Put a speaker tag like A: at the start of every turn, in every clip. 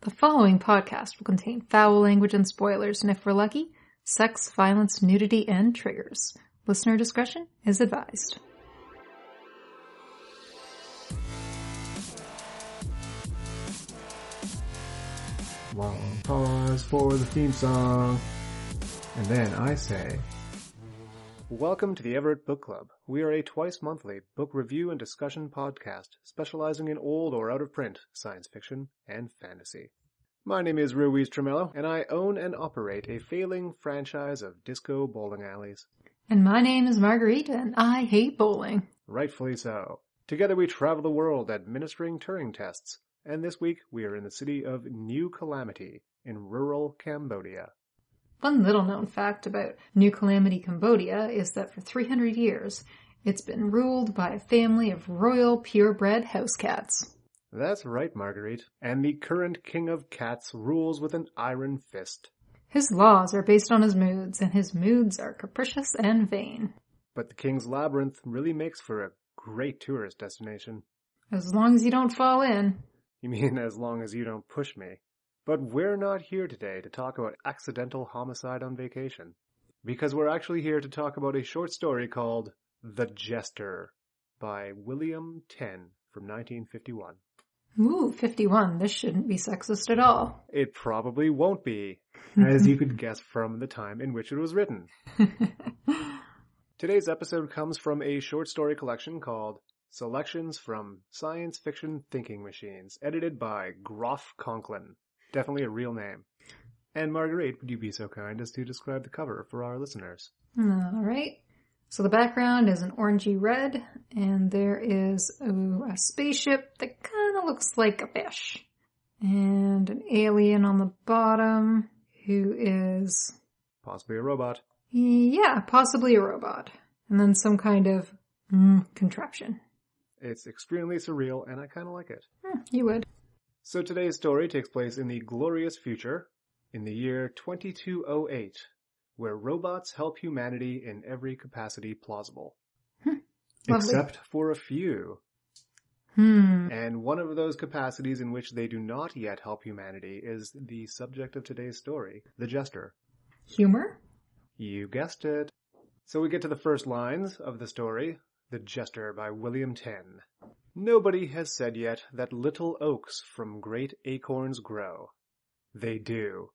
A: The following podcast will contain foul language and spoilers, and if we're lucky, sex, violence, nudity, and triggers. Listener discretion is advised.
B: Long pause for the theme song. And then I say, Welcome to the Everett Book Club. We are a twice monthly book review and discussion podcast specializing in old or out of print science fiction and fantasy. My name is Ruiz Tremello, and I own and operate a failing franchise of disco bowling alleys.
A: And my name is Marguerite, and I hate bowling.
B: Rightfully so. Together we travel the world administering Turing tests, and this week we are in the city of New Calamity in rural Cambodia.
A: One little known fact about New Calamity Cambodia is that for 300 years, it's been ruled by a family of royal purebred house cats.
B: That's right, Marguerite. And the current king of cats rules with an iron fist.
A: His laws are based on his moods, and his moods are capricious and vain.
B: But the king's labyrinth really makes for a great tourist destination.
A: As long as you don't fall in,
B: You mean as long as you don't push me? But we're not here today to talk about accidental homicide on vacation. Because we're actually here to talk about a short story called The Jester by William Ten from 1951.
A: Ooh, 51. This shouldn't be sexist at all.
B: It probably won't be, as you could guess from the time in which it was written. Today's episode comes from a short story collection called Selections from Science Fiction Thinking Machines, edited by Groff Conklin. Definitely a real name. And Marguerite, would you be so kind as to describe the cover for our listeners?
A: Alright. So the background is an orangey red, and there is a, a spaceship that kind of looks like a fish. And an alien on the bottom who is,
B: Possibly a robot.
A: yeah, possibly a robot. And then some kind of mm, contraption.
B: It's extremely surreal, and I kind of like it.
A: Hmm, you would.
B: So today's story takes place in the glorious future, in the year 2208, where robots help humanity in every capacity plausible.
A: Lovely.
B: Except for a few.
A: Hmm.
B: And one of those capacities in which they do not yet help humanity is the subject of today's story, the jester.
A: Humor?
B: You guessed it. So we get to the first lines of the story, The Jester by William Ten. Nobody has said yet that little oaks from great acorns grow. They do.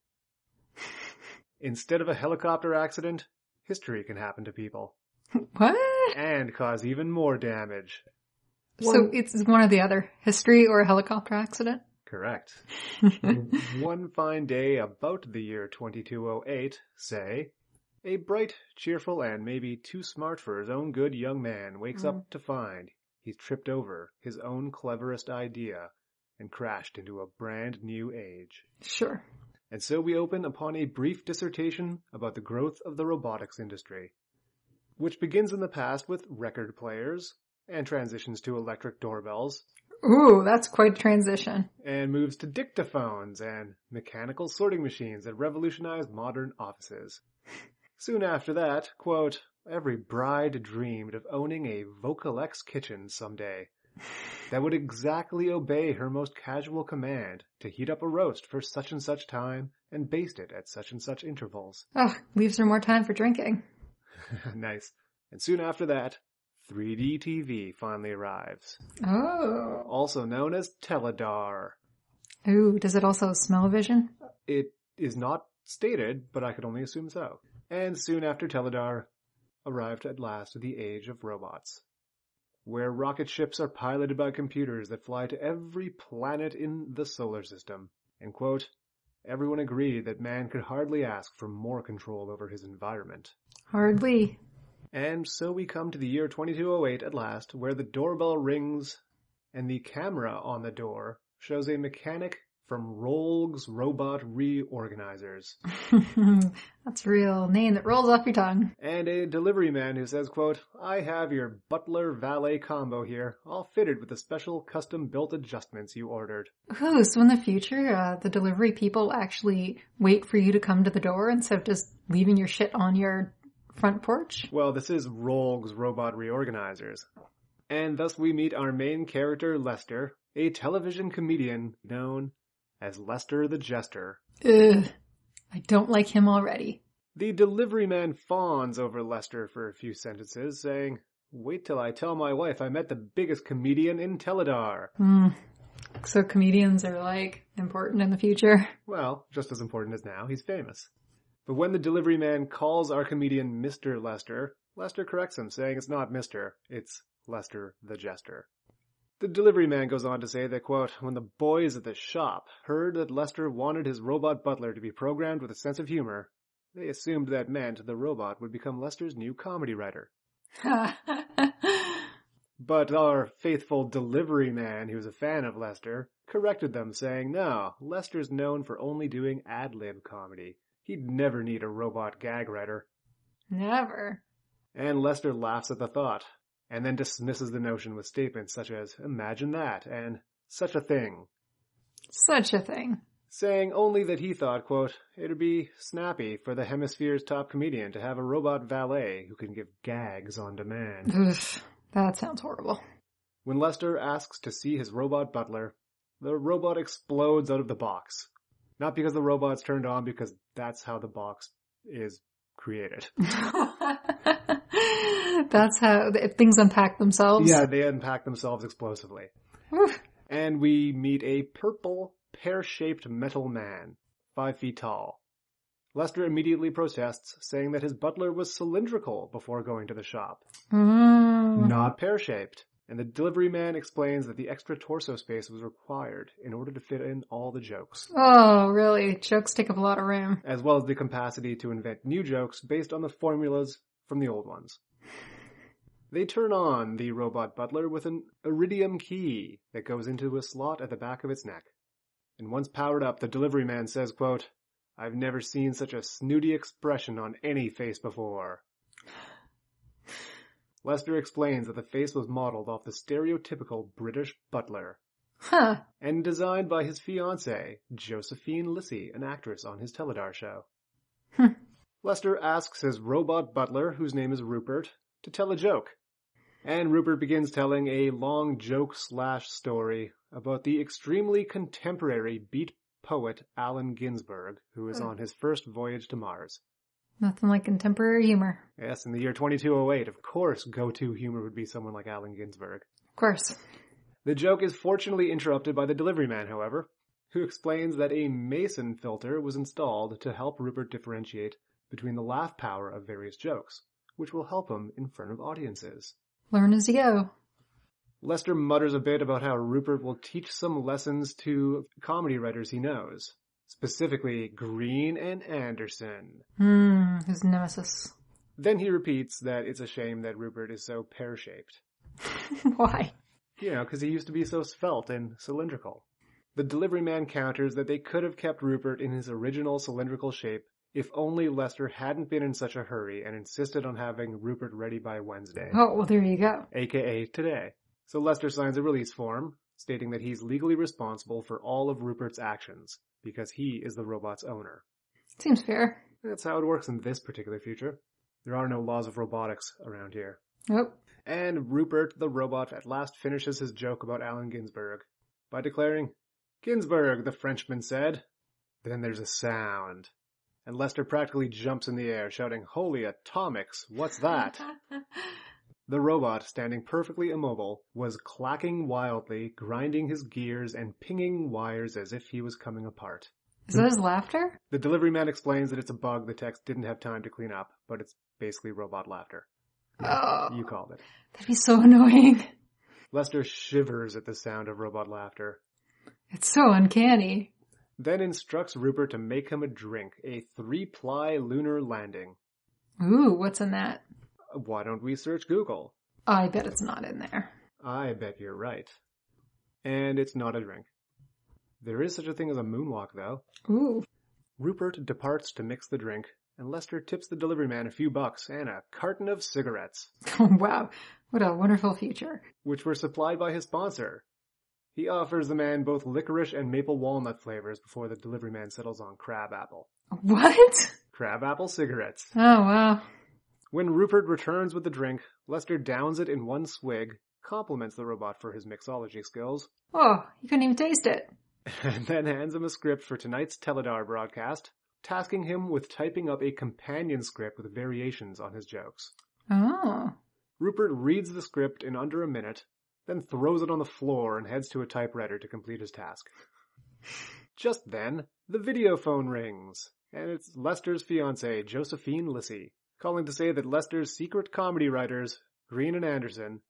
B: Instead of a helicopter accident, history can happen to people
A: What?
B: and cause even more damage.
A: So it's one or the other. History or a helicopter accident?
B: Correct. One fine day about the year 2208, say, a bright, cheerful, and maybe too smart for his own good young man wakes up to find he's tripped over his own cleverest idea and crashed into a brand new age.
A: Sure.
B: And so we open upon a brief dissertation about the growth of the robotics industry, which begins in the past with record players and transitions to electric doorbells
A: Ooh, that's quite a transition.
B: and moves to dictaphones and mechanical sorting machines that revolutionized modern offices. Soon after that, quote, every bride dreamed of owning a Vocalex kitchen someday that would exactly obey her most casual command to heat up a roast for such and such time and baste it at such and such intervals.
A: Ugh, leaves her more time for drinking.
B: nice. And soon after that, 3D TV finally arrives,
A: Oh.
B: also known as Teledar.
A: Ooh, does it also smell vision?
B: It is not stated, but I could only assume so. And soon after Teledar arrived at last the age of robots, where rocket ships are piloted by computers that fly to every planet in the solar system. And quote, everyone agreed that man could hardly ask for more control over his environment.
A: Hardly.
B: And so we come to the year 2208 at last, where the doorbell rings and the camera on the door shows a mechanic from Rolg's Robot Reorganizers
A: that's a real name that rolls off your tongue.
B: and a delivery man who says, quote, I have your butler valet combo here, all fitted with the special custom built adjustments you ordered.
A: Ooh, so in the future, uh, the delivery people actually wait for you to come to the door instead of just leaving your shit on your front porch?
B: Well, this is Rolg's Robot Reorganizers. And thus we meet our main character, Lester, a television comedian known as Lester the Jester.
A: Ugh. I don't like him already.
B: The delivery man fawns over Lester for a few sentences, saying, Wait till I tell my wife I met the biggest comedian in Teledar.
A: Hmm. So comedians are like important in the future.
B: Well, just as important as now, he's famous. But when the delivery man calls our comedian Mr. Lester, Lester corrects him, saying it's not Mr., it's Lester the Jester. The delivery man goes on to say that, quote, when the boys at the shop heard that Lester wanted his robot butler to be programmed with a sense of humor, they assumed that meant the robot would become Lester's new comedy writer. But our faithful delivery man, who was a fan of Lester, corrected them, saying, no, Lester's known for only doing ad-lib comedy. He'd never need a robot gag writer.
A: Never.
B: And Lester laughs at the thought, and then dismisses the notion with statements such as, imagine that, and such a thing,
A: Such a thing.
B: saying only that he thought, quote, it'd be snappy for the hemisphere's top comedian to have a robot valet who can give gags on demand.
A: Ugh, that sounds horrible.
B: When Lester asks to see his robot butler, the robot explodes out of the box. Not because the robot's turned on, because that's how the box is created.
A: That's how if things unpack themselves.
B: Yeah, they unpack themselves explosively.
A: Oof.
B: And we meet a purple, pear-shaped metal man, five feet tall. Lester immediately protests, saying that his butler was cylindrical before going to the shop,
A: Mm.
B: not pear-shaped. And the delivery man explains that the extra torso space was required in order to fit in all the jokes.
A: Oh, really? Jokes take up a lot of room.
B: as well as the capacity to invent new jokes based on the formulas from the old ones. They turn on the robot butler with an iridium key that goes into a slot at the back of its neck. And once powered up, the delivery man says, quote, I've never seen such a snooty expression on any face before. Lester explains that the face was modeled off the stereotypical British butler
A: Huh.
B: and designed by his fiancée, Josephine Lissy, an actress on his Teledar show.
A: Hmm.
B: Lester asks his robot butler, whose name is Rupert, to tell a joke. And Rupert begins telling a long joke slash story about the extremely contemporary beat poet Allen Ginsberg, who is
A: Hmm.
B: on his first voyage to Mars.
A: Nothing like contemporary humor.
B: Yes, in the year 2208, of course, go-to humor would be someone like Allen Ginsberg.
A: Of course.
B: The joke is fortunately interrupted by the delivery man, however, who explains that a Mason filter was installed to help Rupert differentiate between the laugh power of various jokes, which will help him in front of audiences.
A: Learn as you go.
B: Lester mutters a bit about how Rupert will teach some lessons to comedy writers he knows, specifically Green and Anderson.
A: Hmm. His nemesis.
B: Then he repeats that it's a shame that Rupert is so pear-shaped.
A: Why?
B: You know, because he used to be so svelte and cylindrical. The delivery man counters that they could have kept Rupert in his original cylindrical shape if only Lester hadn't been in such a hurry and insisted on having Rupert ready by Wednesday,
A: Oh, well, there you go.
B: aka today. So Lester signs a release form stating that he's legally responsible for all of Rupert's actions because he is the robot's owner.
A: Seems fair.
B: That's how it works in this particular future. There are no laws of robotics around here.
A: Oh.
B: And Rupert the robot at last finishes his joke about Allen Ginsberg by declaring, Ginsberg, the Frenchman said. Then there's a sound. And Lester practically jumps in the air, shouting, Holy atomics, what's that? the robot, standing perfectly immobile, was clacking wildly, grinding his gears and pinging wires as if he was coming apart.
A: Is that his laughter?
B: The delivery man explains that it's a bug the techs didn't have time to clean up, but it's basically robot laughter.
A: Oh,
B: You called it.
A: that'd be so annoying.
B: Lester shivers at the sound of robot laughter,
A: It's so uncanny.
B: then instructs Rupert to make him a drink, a three-ply lunar landing.
A: Ooh, what's in that? Oh,
B: Why don't we search Google?
A: I bet it's not in there.
B: I bet you're right. And it's not a drink. There is such a thing as a moonwalk, though.
A: Ooh.
B: Rupert departs to mix the drink, and Lester tips the delivery man a few bucks and a carton of cigarettes,
A: oh, wow. What a wonderful future.
B: which were supplied by his sponsor. He offers the man both licorice and maple walnut flavors before the delivery man settles on crab apple.
A: What?
B: Crab apple cigarettes.
A: Oh, wow.
B: When Rupert returns with the drink, Lester downs it in one swig, compliments the robot for his mixology skills,
A: Oh, you couldn't even taste it.
B: and then hands him a script for tonight's Teledar broadcast, tasking him with typing up a companion script with variations on his jokes.
A: Oh.
B: Rupert reads the script in under a minute, then throws it on the floor and heads to a typewriter to complete his task. Just then, the video phone rings, and it's Lester's fiancée, Josephine Lissy, calling to say that Lester's secret comedy writers, Green and Anderson,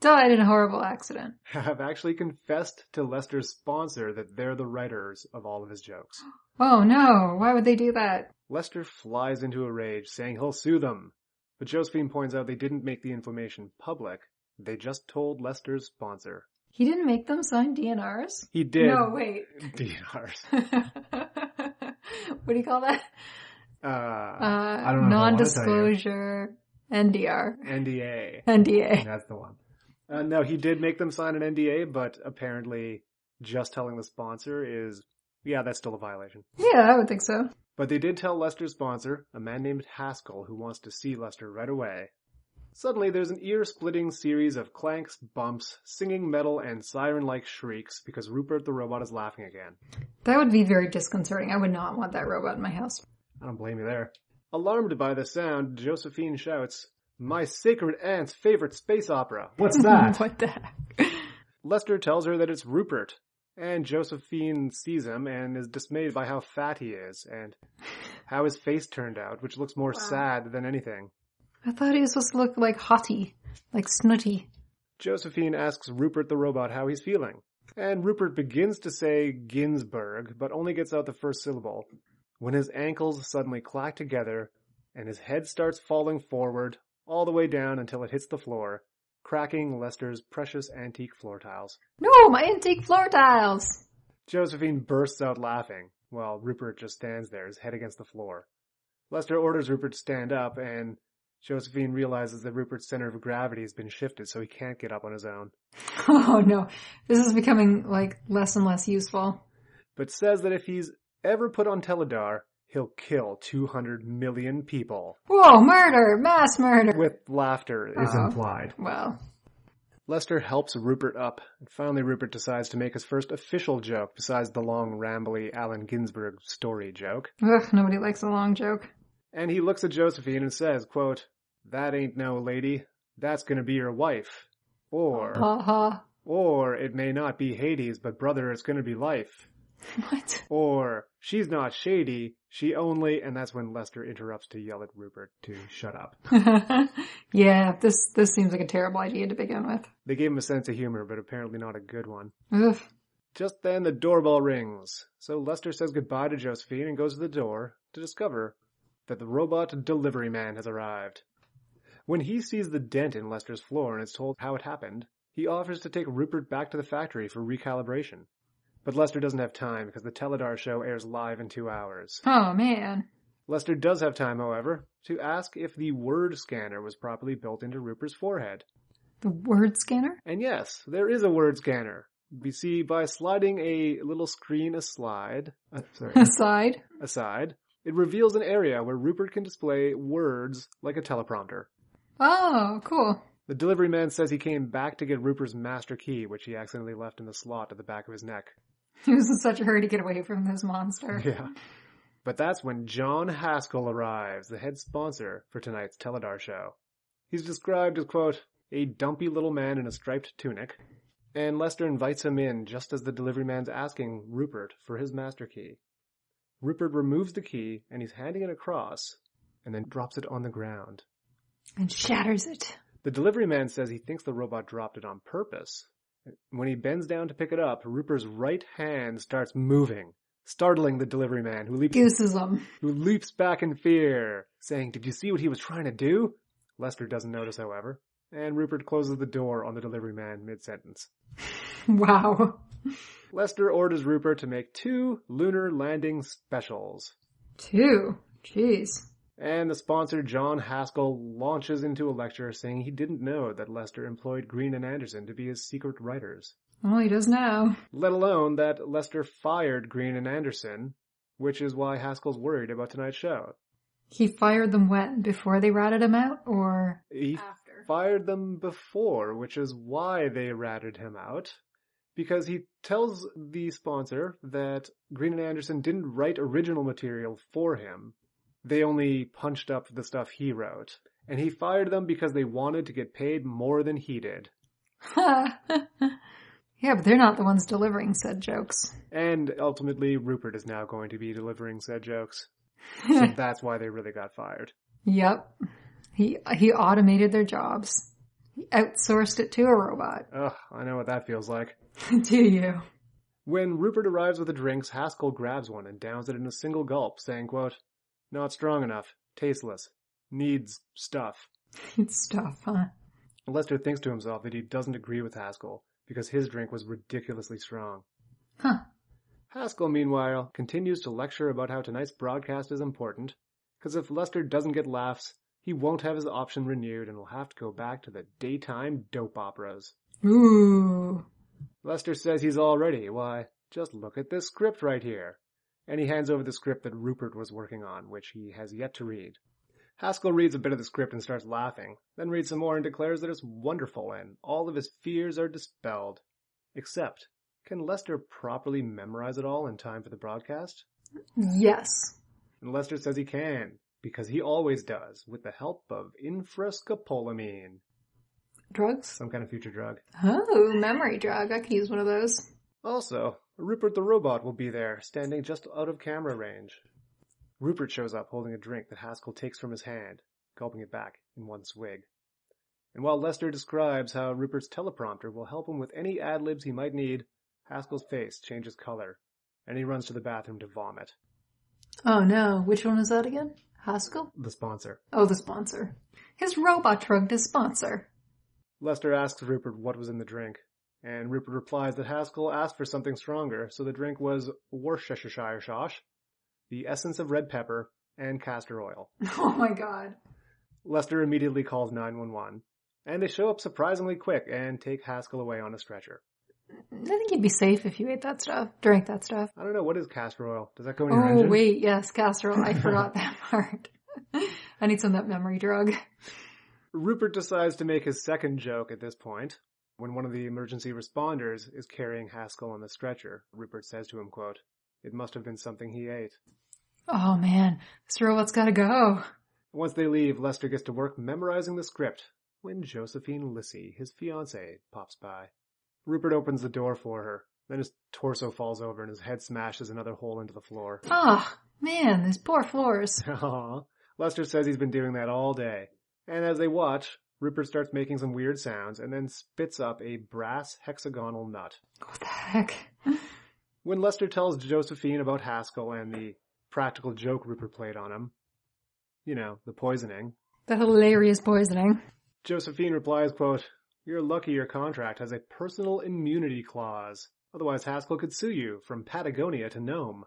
A: Died in a horrible accident.
B: have actually confessed to Lester's sponsor that they're the writers of all of his jokes.
A: Oh no, why would they do that?
B: Lester flies into a rage, saying he'll sue them. But Josephine points out they didn't make the information public. They just told Lester's sponsor.
A: He didn't make them sign DNRs?
B: He did.
A: No, wait.
B: DNRs.
A: what do you call that?
B: Uh,
A: Uh,
B: I don't know. if I wanna tell you.
A: non-disclosure NDR.
B: NDA.
A: NDA.
B: That's the one. Uh, no, he did make them sign an NDA, but apparently just telling the sponsor is, yeah, that's still a violation.
A: Yeah, I would think so.
B: But they did tell Lester's sponsor, a man named Haskell, who wants to see Lester right away. Suddenly, there's an ear-splitting series of clanks, bumps, singing metal, and siren-like shrieks because Rupert the robot is laughing again.
A: That would be very disconcerting. I would not want that robot in my house.
B: I don't blame you there. Alarmed by the sound, Josephine shouts, "My sacred aunt's favorite space opera." What's
A: what the heck?
B: Lester tells her that it's Rupert, and Josephine sees him and is dismayed by how fat he is and how his face turned out, which looks more sad than anything.
A: I thought he was supposed to look like hottie, like snooty.
B: Josephine asks Rupert the robot how he's feeling. And Rupert begins to say Ginsburg, but only gets out the first syllable, when his ankles suddenly clack together and his head starts falling forward all the way down until it hits the floor, cracking Lester's precious antique floor tiles.
A: No, my antique floor tiles!
B: Josephine bursts out laughing, while Rupert just stands there, his head against the floor. Lester orders Rupert to stand up, and Josephine realizes that Rupert's center of gravity has been shifted so he can't get up on his own.
A: Oh no, this is becoming like less and less useful.
B: but says that if he's ever put on Teledar, he'll kill 200 million people.
A: Whoa, murder, mass murder.
B: With laughter is
A: Uh-huh.
B: implied.
A: Well,
B: Lester helps Rupert up, and finally Rupert decides to make his first official joke besides the long, rambly Allen Ginsberg story joke.
A: ugh, nobody likes a long joke.
B: And he looks at Josephine and says, quote, That ain't no lady. That's gonna be your wife. Or,
A: Ha ha.
B: or it may not be Hades, but brother, it's gonna be life.
A: What?
B: Or, she's not shady, she only, and that's when Lester interrupts to yell at Rupert to shut up.
A: yeah, this this seems like a terrible idea to begin with.
B: They gave him a sense of humor, but apparently not a good one.
A: Ugh.
B: Just then the doorbell rings, so Lester says goodbye to Josephine and goes to the door to discover that the robot delivery man has arrived. When he sees the dent in Lester's floor and is told how it happened, he offers to take Rupert back to the factory for recalibration. But Lester doesn't have time because the Teledar show airs live in two hours.
A: Oh man.
B: Lester does have time, however, to ask if the word scanner was properly built into Rupert's forehead.
A: The word scanner?
B: And yes, there is a word scanner. We see by sliding a little screen aside, uh, sorry,
A: Aside.
B: aside, it reveals an area where Rupert can display words like a teleprompter.
A: Oh, cool.
B: The delivery man says he came back to get Rupert's master key, which he accidentally left in the slot at the back of his neck.
A: He was in such a hurry to get away from this monster.
B: Yeah. But that's when John Haskell arrives, the head sponsor for tonight's Teledar show. He's described as, quote, a dumpy little man in a striped tunic, and Lester invites him in just as the delivery man's asking Rupert for his master key. Rupert removes the key and he's handing it across and then drops it on the ground.
A: And shatters it.
B: The delivery man says he thinks the robot dropped it on purpose. When he bends down to pick it up, Rupert's right hand starts moving, startling the delivery man who leaps
A: Gooses them.
B: who leaps back in fear, saying, Did you see what he was trying to do? Lester doesn't notice, however, and Rupert closes the door on the delivery man mid sentence.
A: Wow.
B: Lester orders Rupert to make two lunar landing specials,
A: Two. Jeez.
B: and the sponsor John Haskell launches into a lecture saying he didn't know that Lester employed Green and Anderson to be his secret writers,
A: Well, he does now.
B: let alone that Lester fired Green and Anderson, which is why Haskell's worried about tonight's show.
A: He fired them when? Before they ratted him out or
B: He
A: after?
B: fired them before, which is why they ratted him out. because he tells the sponsor that Green and Anderson didn't write original material for him. They only punched up the stuff he wrote. And he fired them because they wanted to get paid more than he did.
A: yeah, but they're not the ones delivering said jokes.
B: And ultimately, Rupert is now going to be delivering said jokes. So that's why they really got fired.
A: Yep. He he automated their jobs. He outsourced it to a robot.
B: Ugh, I know what that feels like.
A: Do you?
B: When Rupert arrives with the drinks, Haskell grabs one and downs it in a single gulp, saying, quote, Not strong enough. Tasteless. Needs stuff.
A: It's tough, huh?
B: Lester thinks to himself that he doesn't agree with Haskell because his drink was ridiculously strong.
A: Huh.
B: Haskell, meanwhile, continues to lecture about how tonight's broadcast is important, because if Lester doesn't get laughs, he won't have his option renewed and will have to go back to the daytime dope operas.
A: Ooh.
B: Lester says he's all ready. Why, just look at this script right here. And he hands over the script that Rupert was working on, which he has yet to read. Haskell reads a bit of the script and starts laughing, then reads some more and declares that it's wonderful and all of his fears are dispelled. Except, can Lester properly memorize it all in time for the broadcast?
A: Yes.
B: And Lester says he can, because he always does, with the help of infrascopolamine,
A: Drugs?
B: some kind of future drug.
A: Oh, memory drug. I could use one of those.
B: Also, Rupert the robot will be there, standing just out of camera range. Rupert shows up holding a drink that Haskell takes from his hand, gulping it back in one swig. And while Lester describes how Rupert's teleprompter will help him with any ad libs he might need, Haskell's face changes color, and he runs to the bathroom to vomit.
A: Oh no. Which one was that again? Haskell?
B: The sponsor.
A: Oh, the sponsor. His robot drugged his sponsor.
B: Lester asks Rupert what was in the drink, and Rupert replies that Haskell asked for something stronger, so the drink was Worcestershire sauce, the essence of red pepper, and castor oil.
A: Oh my god.
B: Lester immediately calls 911, and they show up surprisingly quick and take Haskell away on a stretcher.
A: I think you'd be safe if you ate that stuff, drank that stuff.
B: I don't know, what is castor oil? Does that go in your
A: Oh
B: engine?
A: wait, yes, casserole. I forgot that part. I need some of that memory drug.
B: Rupert decides to make his second joke at this point. When one of the emergency responders is carrying Haskell on the stretcher, Rupert says to him, quote, It must have been something he ate.
A: Oh man, this robot's gotta go.
B: Once they leave, Lester gets to work memorizing the script when Josephine Lissy, his fiancée, pops by. Rupert opens the door for her. Then his torso falls over and his head smashes another hole into the floor.
A: Ah, man, these poor floors.
B: Aw. Lester says he's been doing that all day. And as they watch, Rupert starts making some weird sounds and then spits up a brass hexagonal nut.
A: What the heck?
B: When Lester tells Josephine about Haskell and the practical joke Rupert played on him, you know, the poisoning,
A: That hilarious poisoning.
B: Josephine replies, quote, You're lucky your contract has a personal immunity clause. Otherwise Haskell could sue you from Patagonia to Nome.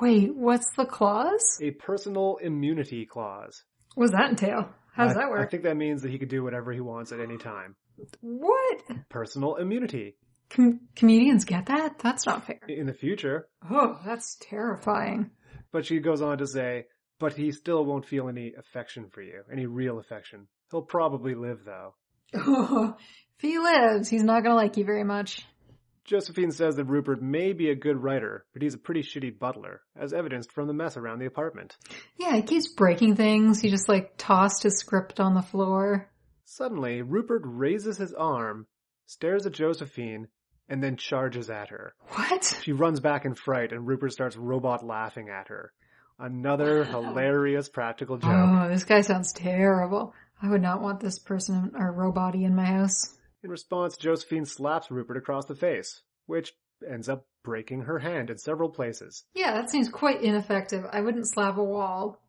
A: Wait, what's the clause?
B: A personal immunity clause.
A: What does that entail? How does
B: I-
A: that
B: I
A: work?
B: think that means that he could do whatever he wants at any time.
A: What?
B: Personal immunity.
A: Com- comedians get that? That's not fair.
B: In the future.
A: Oh, that's terrifying.
B: But she goes on to say, but he still won't feel any affection for you, any real affection. He'll probably live though.
A: if he lives, he's not gonna like you very much.
B: Josephine says that Rupert may be a good writer, but he's a pretty shitty butler, as evidenced from the mess around the apartment.
A: Yeah, he keeps breaking things. He just like tossed his script on the floor.
B: Suddenly, Rupert raises his arm, stares at Josephine, and then charges at her.
A: What?
B: She runs back in fright, and Rupert starts robot laughing at her. Another hilarious practical joke.
A: Oh, this guy sounds terrible. I would not want this person or robot in my house.
B: In response, Josephine slaps Rupert across the face, which ends up breaking her hand in several places.
A: Yeah, that seems quite ineffective. I wouldn't slap a wall.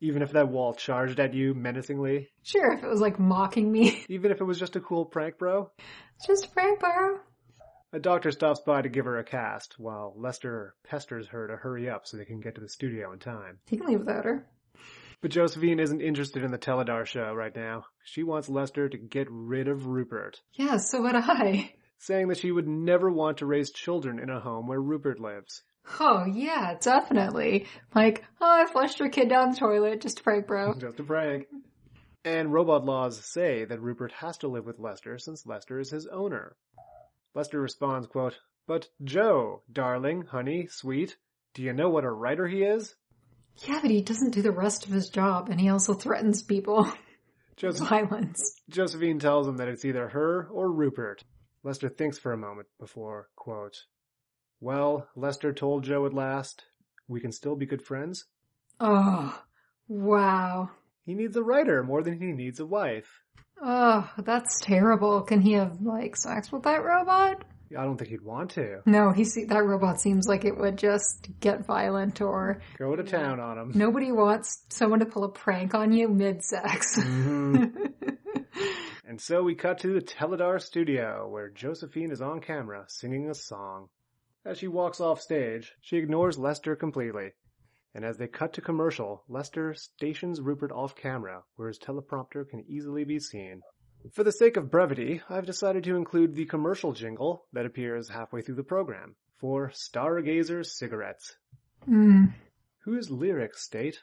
B: Even if that wall charged at you menacingly,
A: Sure, if it was like mocking me.
B: even if it was just a cool prank, bro,
A: It's just a prank, bro.
B: A doctor stops by to give her a cast, while Lester pesters her to hurry up so they can get to the studio in time.
A: He can leave without her.
B: But Josephine isn't interested in the Teledar show right now. She wants Lester to get rid of Rupert,
A: Yeah, so would I.
B: saying that she would never want to raise children in a home where Rupert lives.
A: Oh yeah, definitely. Like, oh, I flushed your kid down the toilet. Just a prank, bro.
B: Just a prank. And robot laws say that Rupert has to live with Lester since Lester is his owner. Lester responds, quote, But Joe, darling, honey, sweet, do you know what a writer he is?
A: Yeah, but he doesn't do the rest of his job and he also threatens people with
B: Joseph-
A: violence.
B: Josephine tells him that it's either her or Rupert. Lester thinks for a moment before, quote, Well, Lester told Joe at last, we can still be good friends.
A: Oh, wow.
B: He needs a writer more than he needs a wife.
A: Oh, that's terrible. Can he have like sex with that robot?
B: I don't think he'd want to.
A: No, he see that robot seems like it would just get violent or
B: Go to town on him.
A: nobody wants someone to pull a prank on you mid sex.
B: Mhm. And so we cut to the Teledar studio, where Josephine is on camera singing a song. As she walks off stage, she ignores Lester completely. And as they cut to commercial, Lester stations Rupert off camera, where his teleprompter can easily be seen. For the sake of brevity, I've decided to include the commercial jingle that appears halfway through the program for Stargazer Cigarettes,
A: mm.
B: whose lyrics state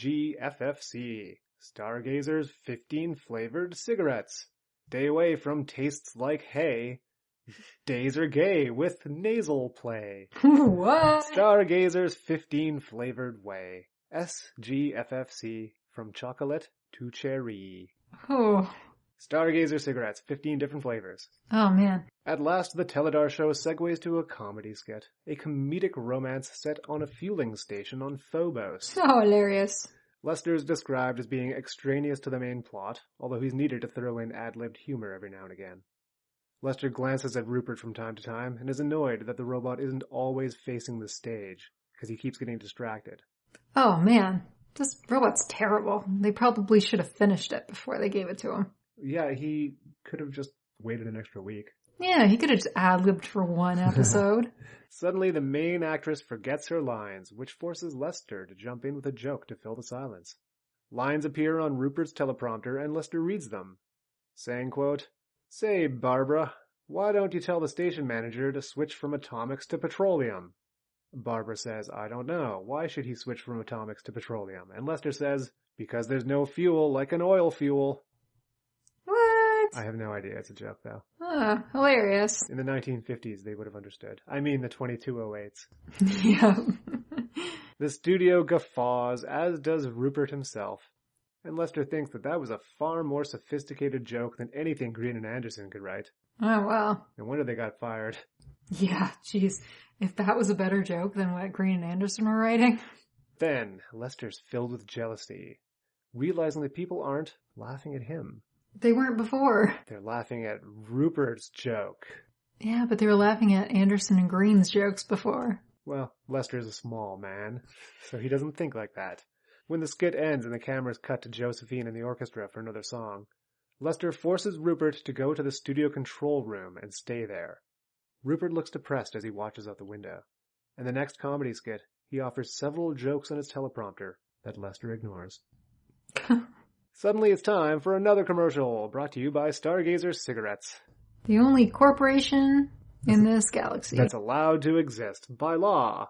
B: SGFFC, Stargazer's 15 flavored cigarettes. Stay away from tastes like hay. Days are gay with nasal play.
A: what?
B: Stargazer's 15 flavored way. SGFFC from chocolate to cherry.
A: Oh,
B: Stargazer cigarettes, 15 different flavors.
A: oh man.
B: At last, the Teledar show segues to a comedy skit, a comedic romance set on a fueling station on Phobos.
A: So hilarious.
B: Lester is described as being extraneous to the main plot, although he's needed to throw in ad-libbed humor every now and again. Lester glances at Rupert from time to time and is annoyed that the robot isn't always facing the stage, because he keeps getting distracted.
A: Oh man. This robot's terrible. They probably should have finished it before they gave it to him.
B: Yeah, he could have just waited an extra week.
A: Yeah, he could have just ad libbed for one episode.
B: Suddenly, the main actress forgets her lines, which forces Lester to jump in with a joke to fill the silence. Lines appear on Rupert's teleprompter and Lester reads them, saying, quote, Say, Barbara, why don't you tell the station manager to switch from atomics to petroleum? Barbara says, I don't know. Why should he switch from atomics to petroleum? And Lester says, because there's no fuel like an oil fuel.
A: what?
B: I have no idea. It's a joke, though.
A: Ah, hilarious.
B: In the 1950s, they would have understood. I mean, the 2208s.
A: yeah.
B: The studio guffaws, as does Rupert himself. And Lester thinks that that was a far more sophisticated joke than anything Green and Anderson could write.
A: oh well.
B: No wonder they got fired.
A: Yeah, geez. If that was a better joke than what Green and Anderson were writing.
B: Then, Lester's filled with jealousy, realizing that people aren't laughing at him.
A: They weren't before.
B: They're laughing at Rupert's joke.
A: Yeah, but they were laughing at Anderson and Green's jokes before.
B: Well, Lester is a small man, so he doesn't think like that. When the skit ends and the cameras cut to Josephine and the orchestra for another song, Lester forces Rupert to go to the studio control room and stay there. Rupert looks depressed as he watches out the window. In the next comedy skit, he offers several jokes on his teleprompter that Lester ignores. Suddenly it's time for another commercial brought to you by Stargazer Cigarettes.
A: The only corporation in this galaxy.
B: that's allowed to exist by law.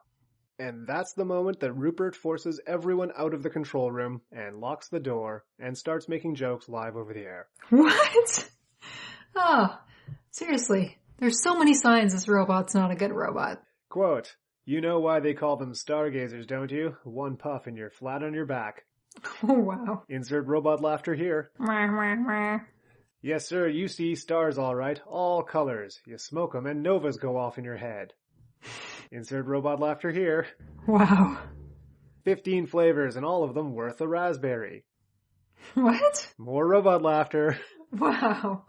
B: And that's the moment that Rupert forces everyone out of the control room and locks the door and starts making jokes live over the air.
A: What? Oh, seriously. There's so many signs this robot's not a good robot.
B: Quote, You know why they call them stargazers, don't you? One puff and you're flat on your back.
A: Oh wow.
B: Insert robot laughter here.
A: Mwah, mwah, mwah.
B: Yes, sir, you see stars all right, all colors. You smoke 'em and novas go off in your head. Insert robot laughter here.
A: Wow.
B: 15 flavors and all of them worth a raspberry.
A: What?
B: More robot laughter.
A: Wow.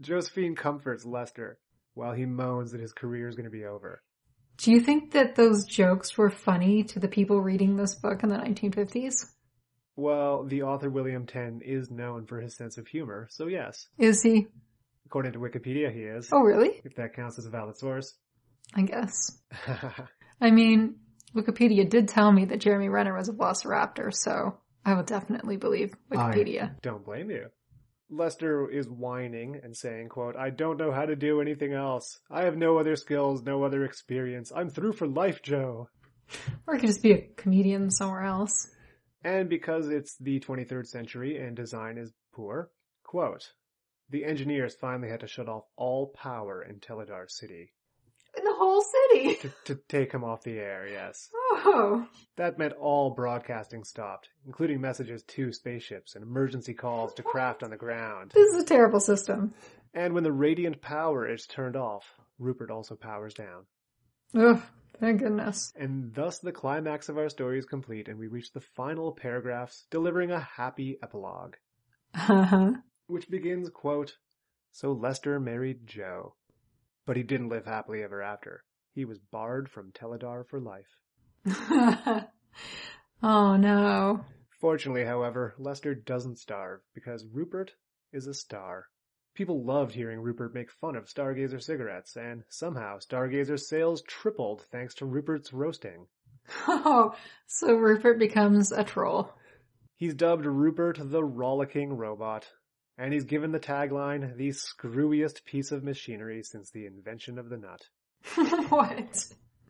B: Josephine comforts Lester while he moans that his career is going to be over.
A: Do you think that those jokes were funny to the people reading this book in the 1950s?
B: Well, the author William Ten is known for his sense of humor, so yes.
A: Is he?
B: According to Wikipedia, he is.
A: Oh really?
B: If that counts as a valid source.
A: I guess. I mean, Wikipedia did tell me that Jeremy Renner was a velociraptor, so I will definitely believe Wikipedia.
B: Don't blame you. Lester is whining and saying, quote, I don't know how to do anything else. I have no other skills, no other experience. I'm through for life, Joe.
A: Or it could just be a comedian somewhere else.
B: And because it's the 23rd century and design is poor, quote, the engineers finally had to shut off all power in Teledar City
A: In the whole city.
B: to, to take him off the air, yes.
A: Oh.
B: That meant all broadcasting stopped, including messages to spaceships and emergency calls to craft on the ground.
A: This is a terrible system.
B: And when the radiant power is turned off, Rupert also powers down.
A: Ugh. Thank goodness.
B: And thus the climax of our story is complete and we reach the final paragraphs, delivering a happy epilogue,
A: Uh-huh.
B: which begins, quote, So Lester married Joe. But he didn't live happily ever after. He was barred from Teledar for life.
A: oh no.
B: Fortunately, however, Lester doesn't starve because Rupert is a star. People loved hearing Rupert make fun of Stargazer cigarettes, and somehow Stargazer sales tripled thanks to Rupert's roasting.
A: Oh, so Rupert becomes a troll.
B: He's dubbed Rupert the Rollicking Robot, and he's given the tagline, the screwiest piece of machinery since the invention of the nut.
A: what?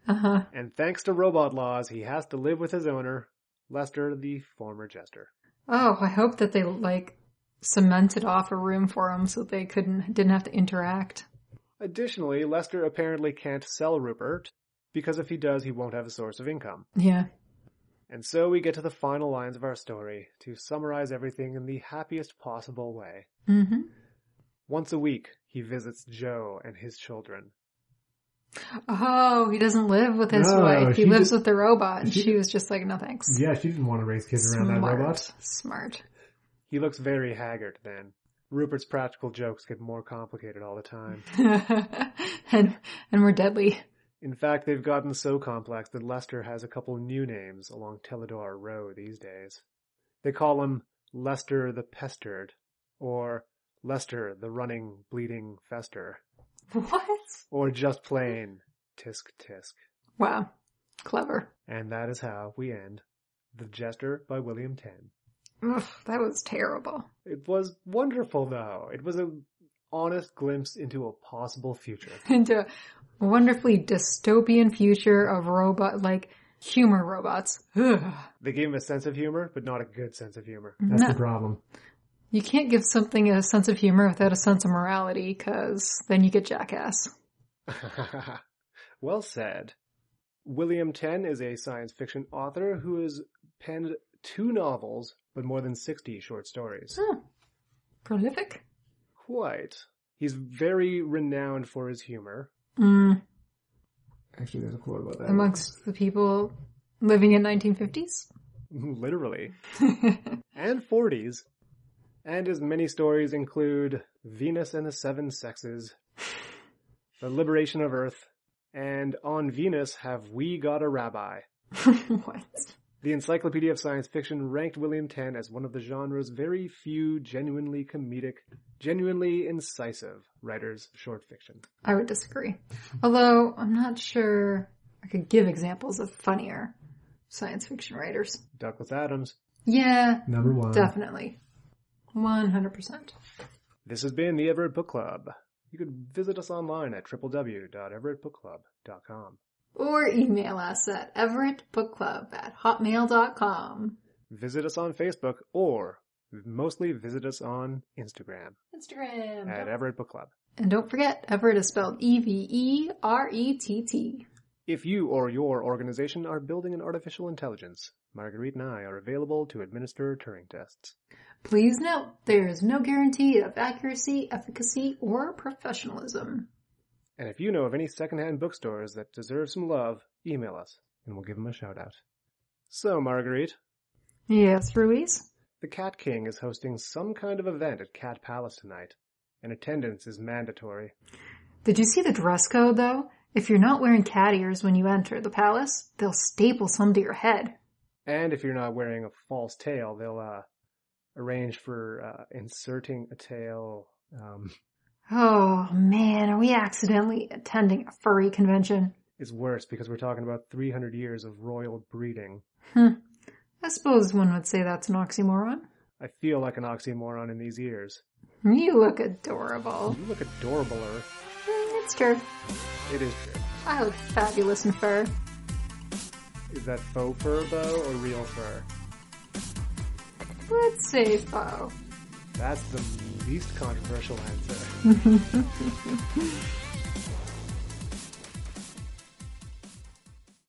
A: Uh-huh.
B: And thanks to robot laws, he has to live with his owner, Lester the former jester.
A: Oh, I hope that they like cemented off a room for him so they couldn't didn't have to interact.
B: Additionally, Lester apparently can't sell Rupert, because if he does, he won't have a source of income.
A: Yeah.
B: And so we get to the final lines of our story to summarize everything in the happiest possible way.
A: Mm-hmm.
B: Once a week, he visits Joe and his children.
A: Oh, he doesn't live with his
B: No,
A: wife. He,
B: he
A: lives
B: just-
A: with the robot. And
B: he-
A: she was just like, no thanks.
B: Yeah, she didn't want to raise kids
A: Smart.
B: He looks very haggard then. Rupert's practical jokes get more complicated all the time.
A: and and we're deadly.
B: In fact, they've gotten so complex that Lester has a couple new names along Teledor Row these days. They call him Lester the Pestered, or Lester the Running Bleeding Fester,
A: What?
B: or just plain Tisk Tisk.
A: Wow. Clever.
B: And that is how we end The Jester by William Ten.
A: Ugh, that was terrible.
B: It was wonderful though. It was an honest glimpse into a possible future.
A: Into a wonderfully dystopian future of robot like humor robots. Ugh.
B: They gave him a sense of humor, but not a good sense of humor.
A: That's the No.
B: problem.
A: You can't give something a sense of humor without a sense of morality, because then you get jackass.
B: well said. William Ten is a science fiction author who has penned two novels, but more than 60 short stories.
A: Huh. Prolific.
B: Quite. He's very renowned for his humor.
A: Mm,
B: Actually, there's a quote about that.
A: amongst the people living in 1950s.
B: Literally. and 40s. And his many stories include Venus and the Seven Sexes, The Liberation of Earth, and On Venus Have We Got a Rabbi.
A: what?
B: The Encyclopedia of Science Fiction ranked William Ten as one of the genre's very few genuinely comedic, genuinely incisive writers of short fiction.
A: I would disagree. Although I'm not sure I could give examples of funnier science fiction writers.
B: Douglas Adams.
A: Yeah,
B: Number one.
A: definitely. 100%.
B: This has been the Everett Book Club. You could visit us online at www.everettbookclub.com.
A: Or email us at everettbookclub at hotmail.com.
B: Visit us on Facebook or mostly visit us on Instagram
A: Instagram.
B: at Everett Book Club.
A: And don't forget, Everett is spelled E V E R E T T.
B: If you or your organization are building an artificial intelligence, Marguerite and I are available to administer Turing tests.
A: Please note, there is no guarantee of accuracy, efficacy, or professionalism.
B: And if you know of any secondhand bookstores that deserve some love, email us and we'll give them a shout out. So, Marguerite,
A: Yes, Ruiz?
B: the Cat King is hosting some kind of event at Cat Palace tonight, and attendance is mandatory.
A: Did you see the dress code though? If you're not wearing cat ears when you enter the palace, they'll staple some to your head.
B: And if you're not wearing a false tail, they'll uh, arrange for uh, inserting a tail. Um,
A: Oh man, are we accidentally attending a furry convention?
B: it's worse because we're talking about 300 years of royal breeding.
A: I suppose one would say that's an oxymoron.
B: I feel like an oxymoron in these ears.
A: You look adorable.
B: You look adorabler.
A: Mm, It's true.
B: It is true.
A: I look fabulous in fur.
B: Is that faux fur, though, or real fur?
A: Let's say faux.
B: That's the least controversial answer.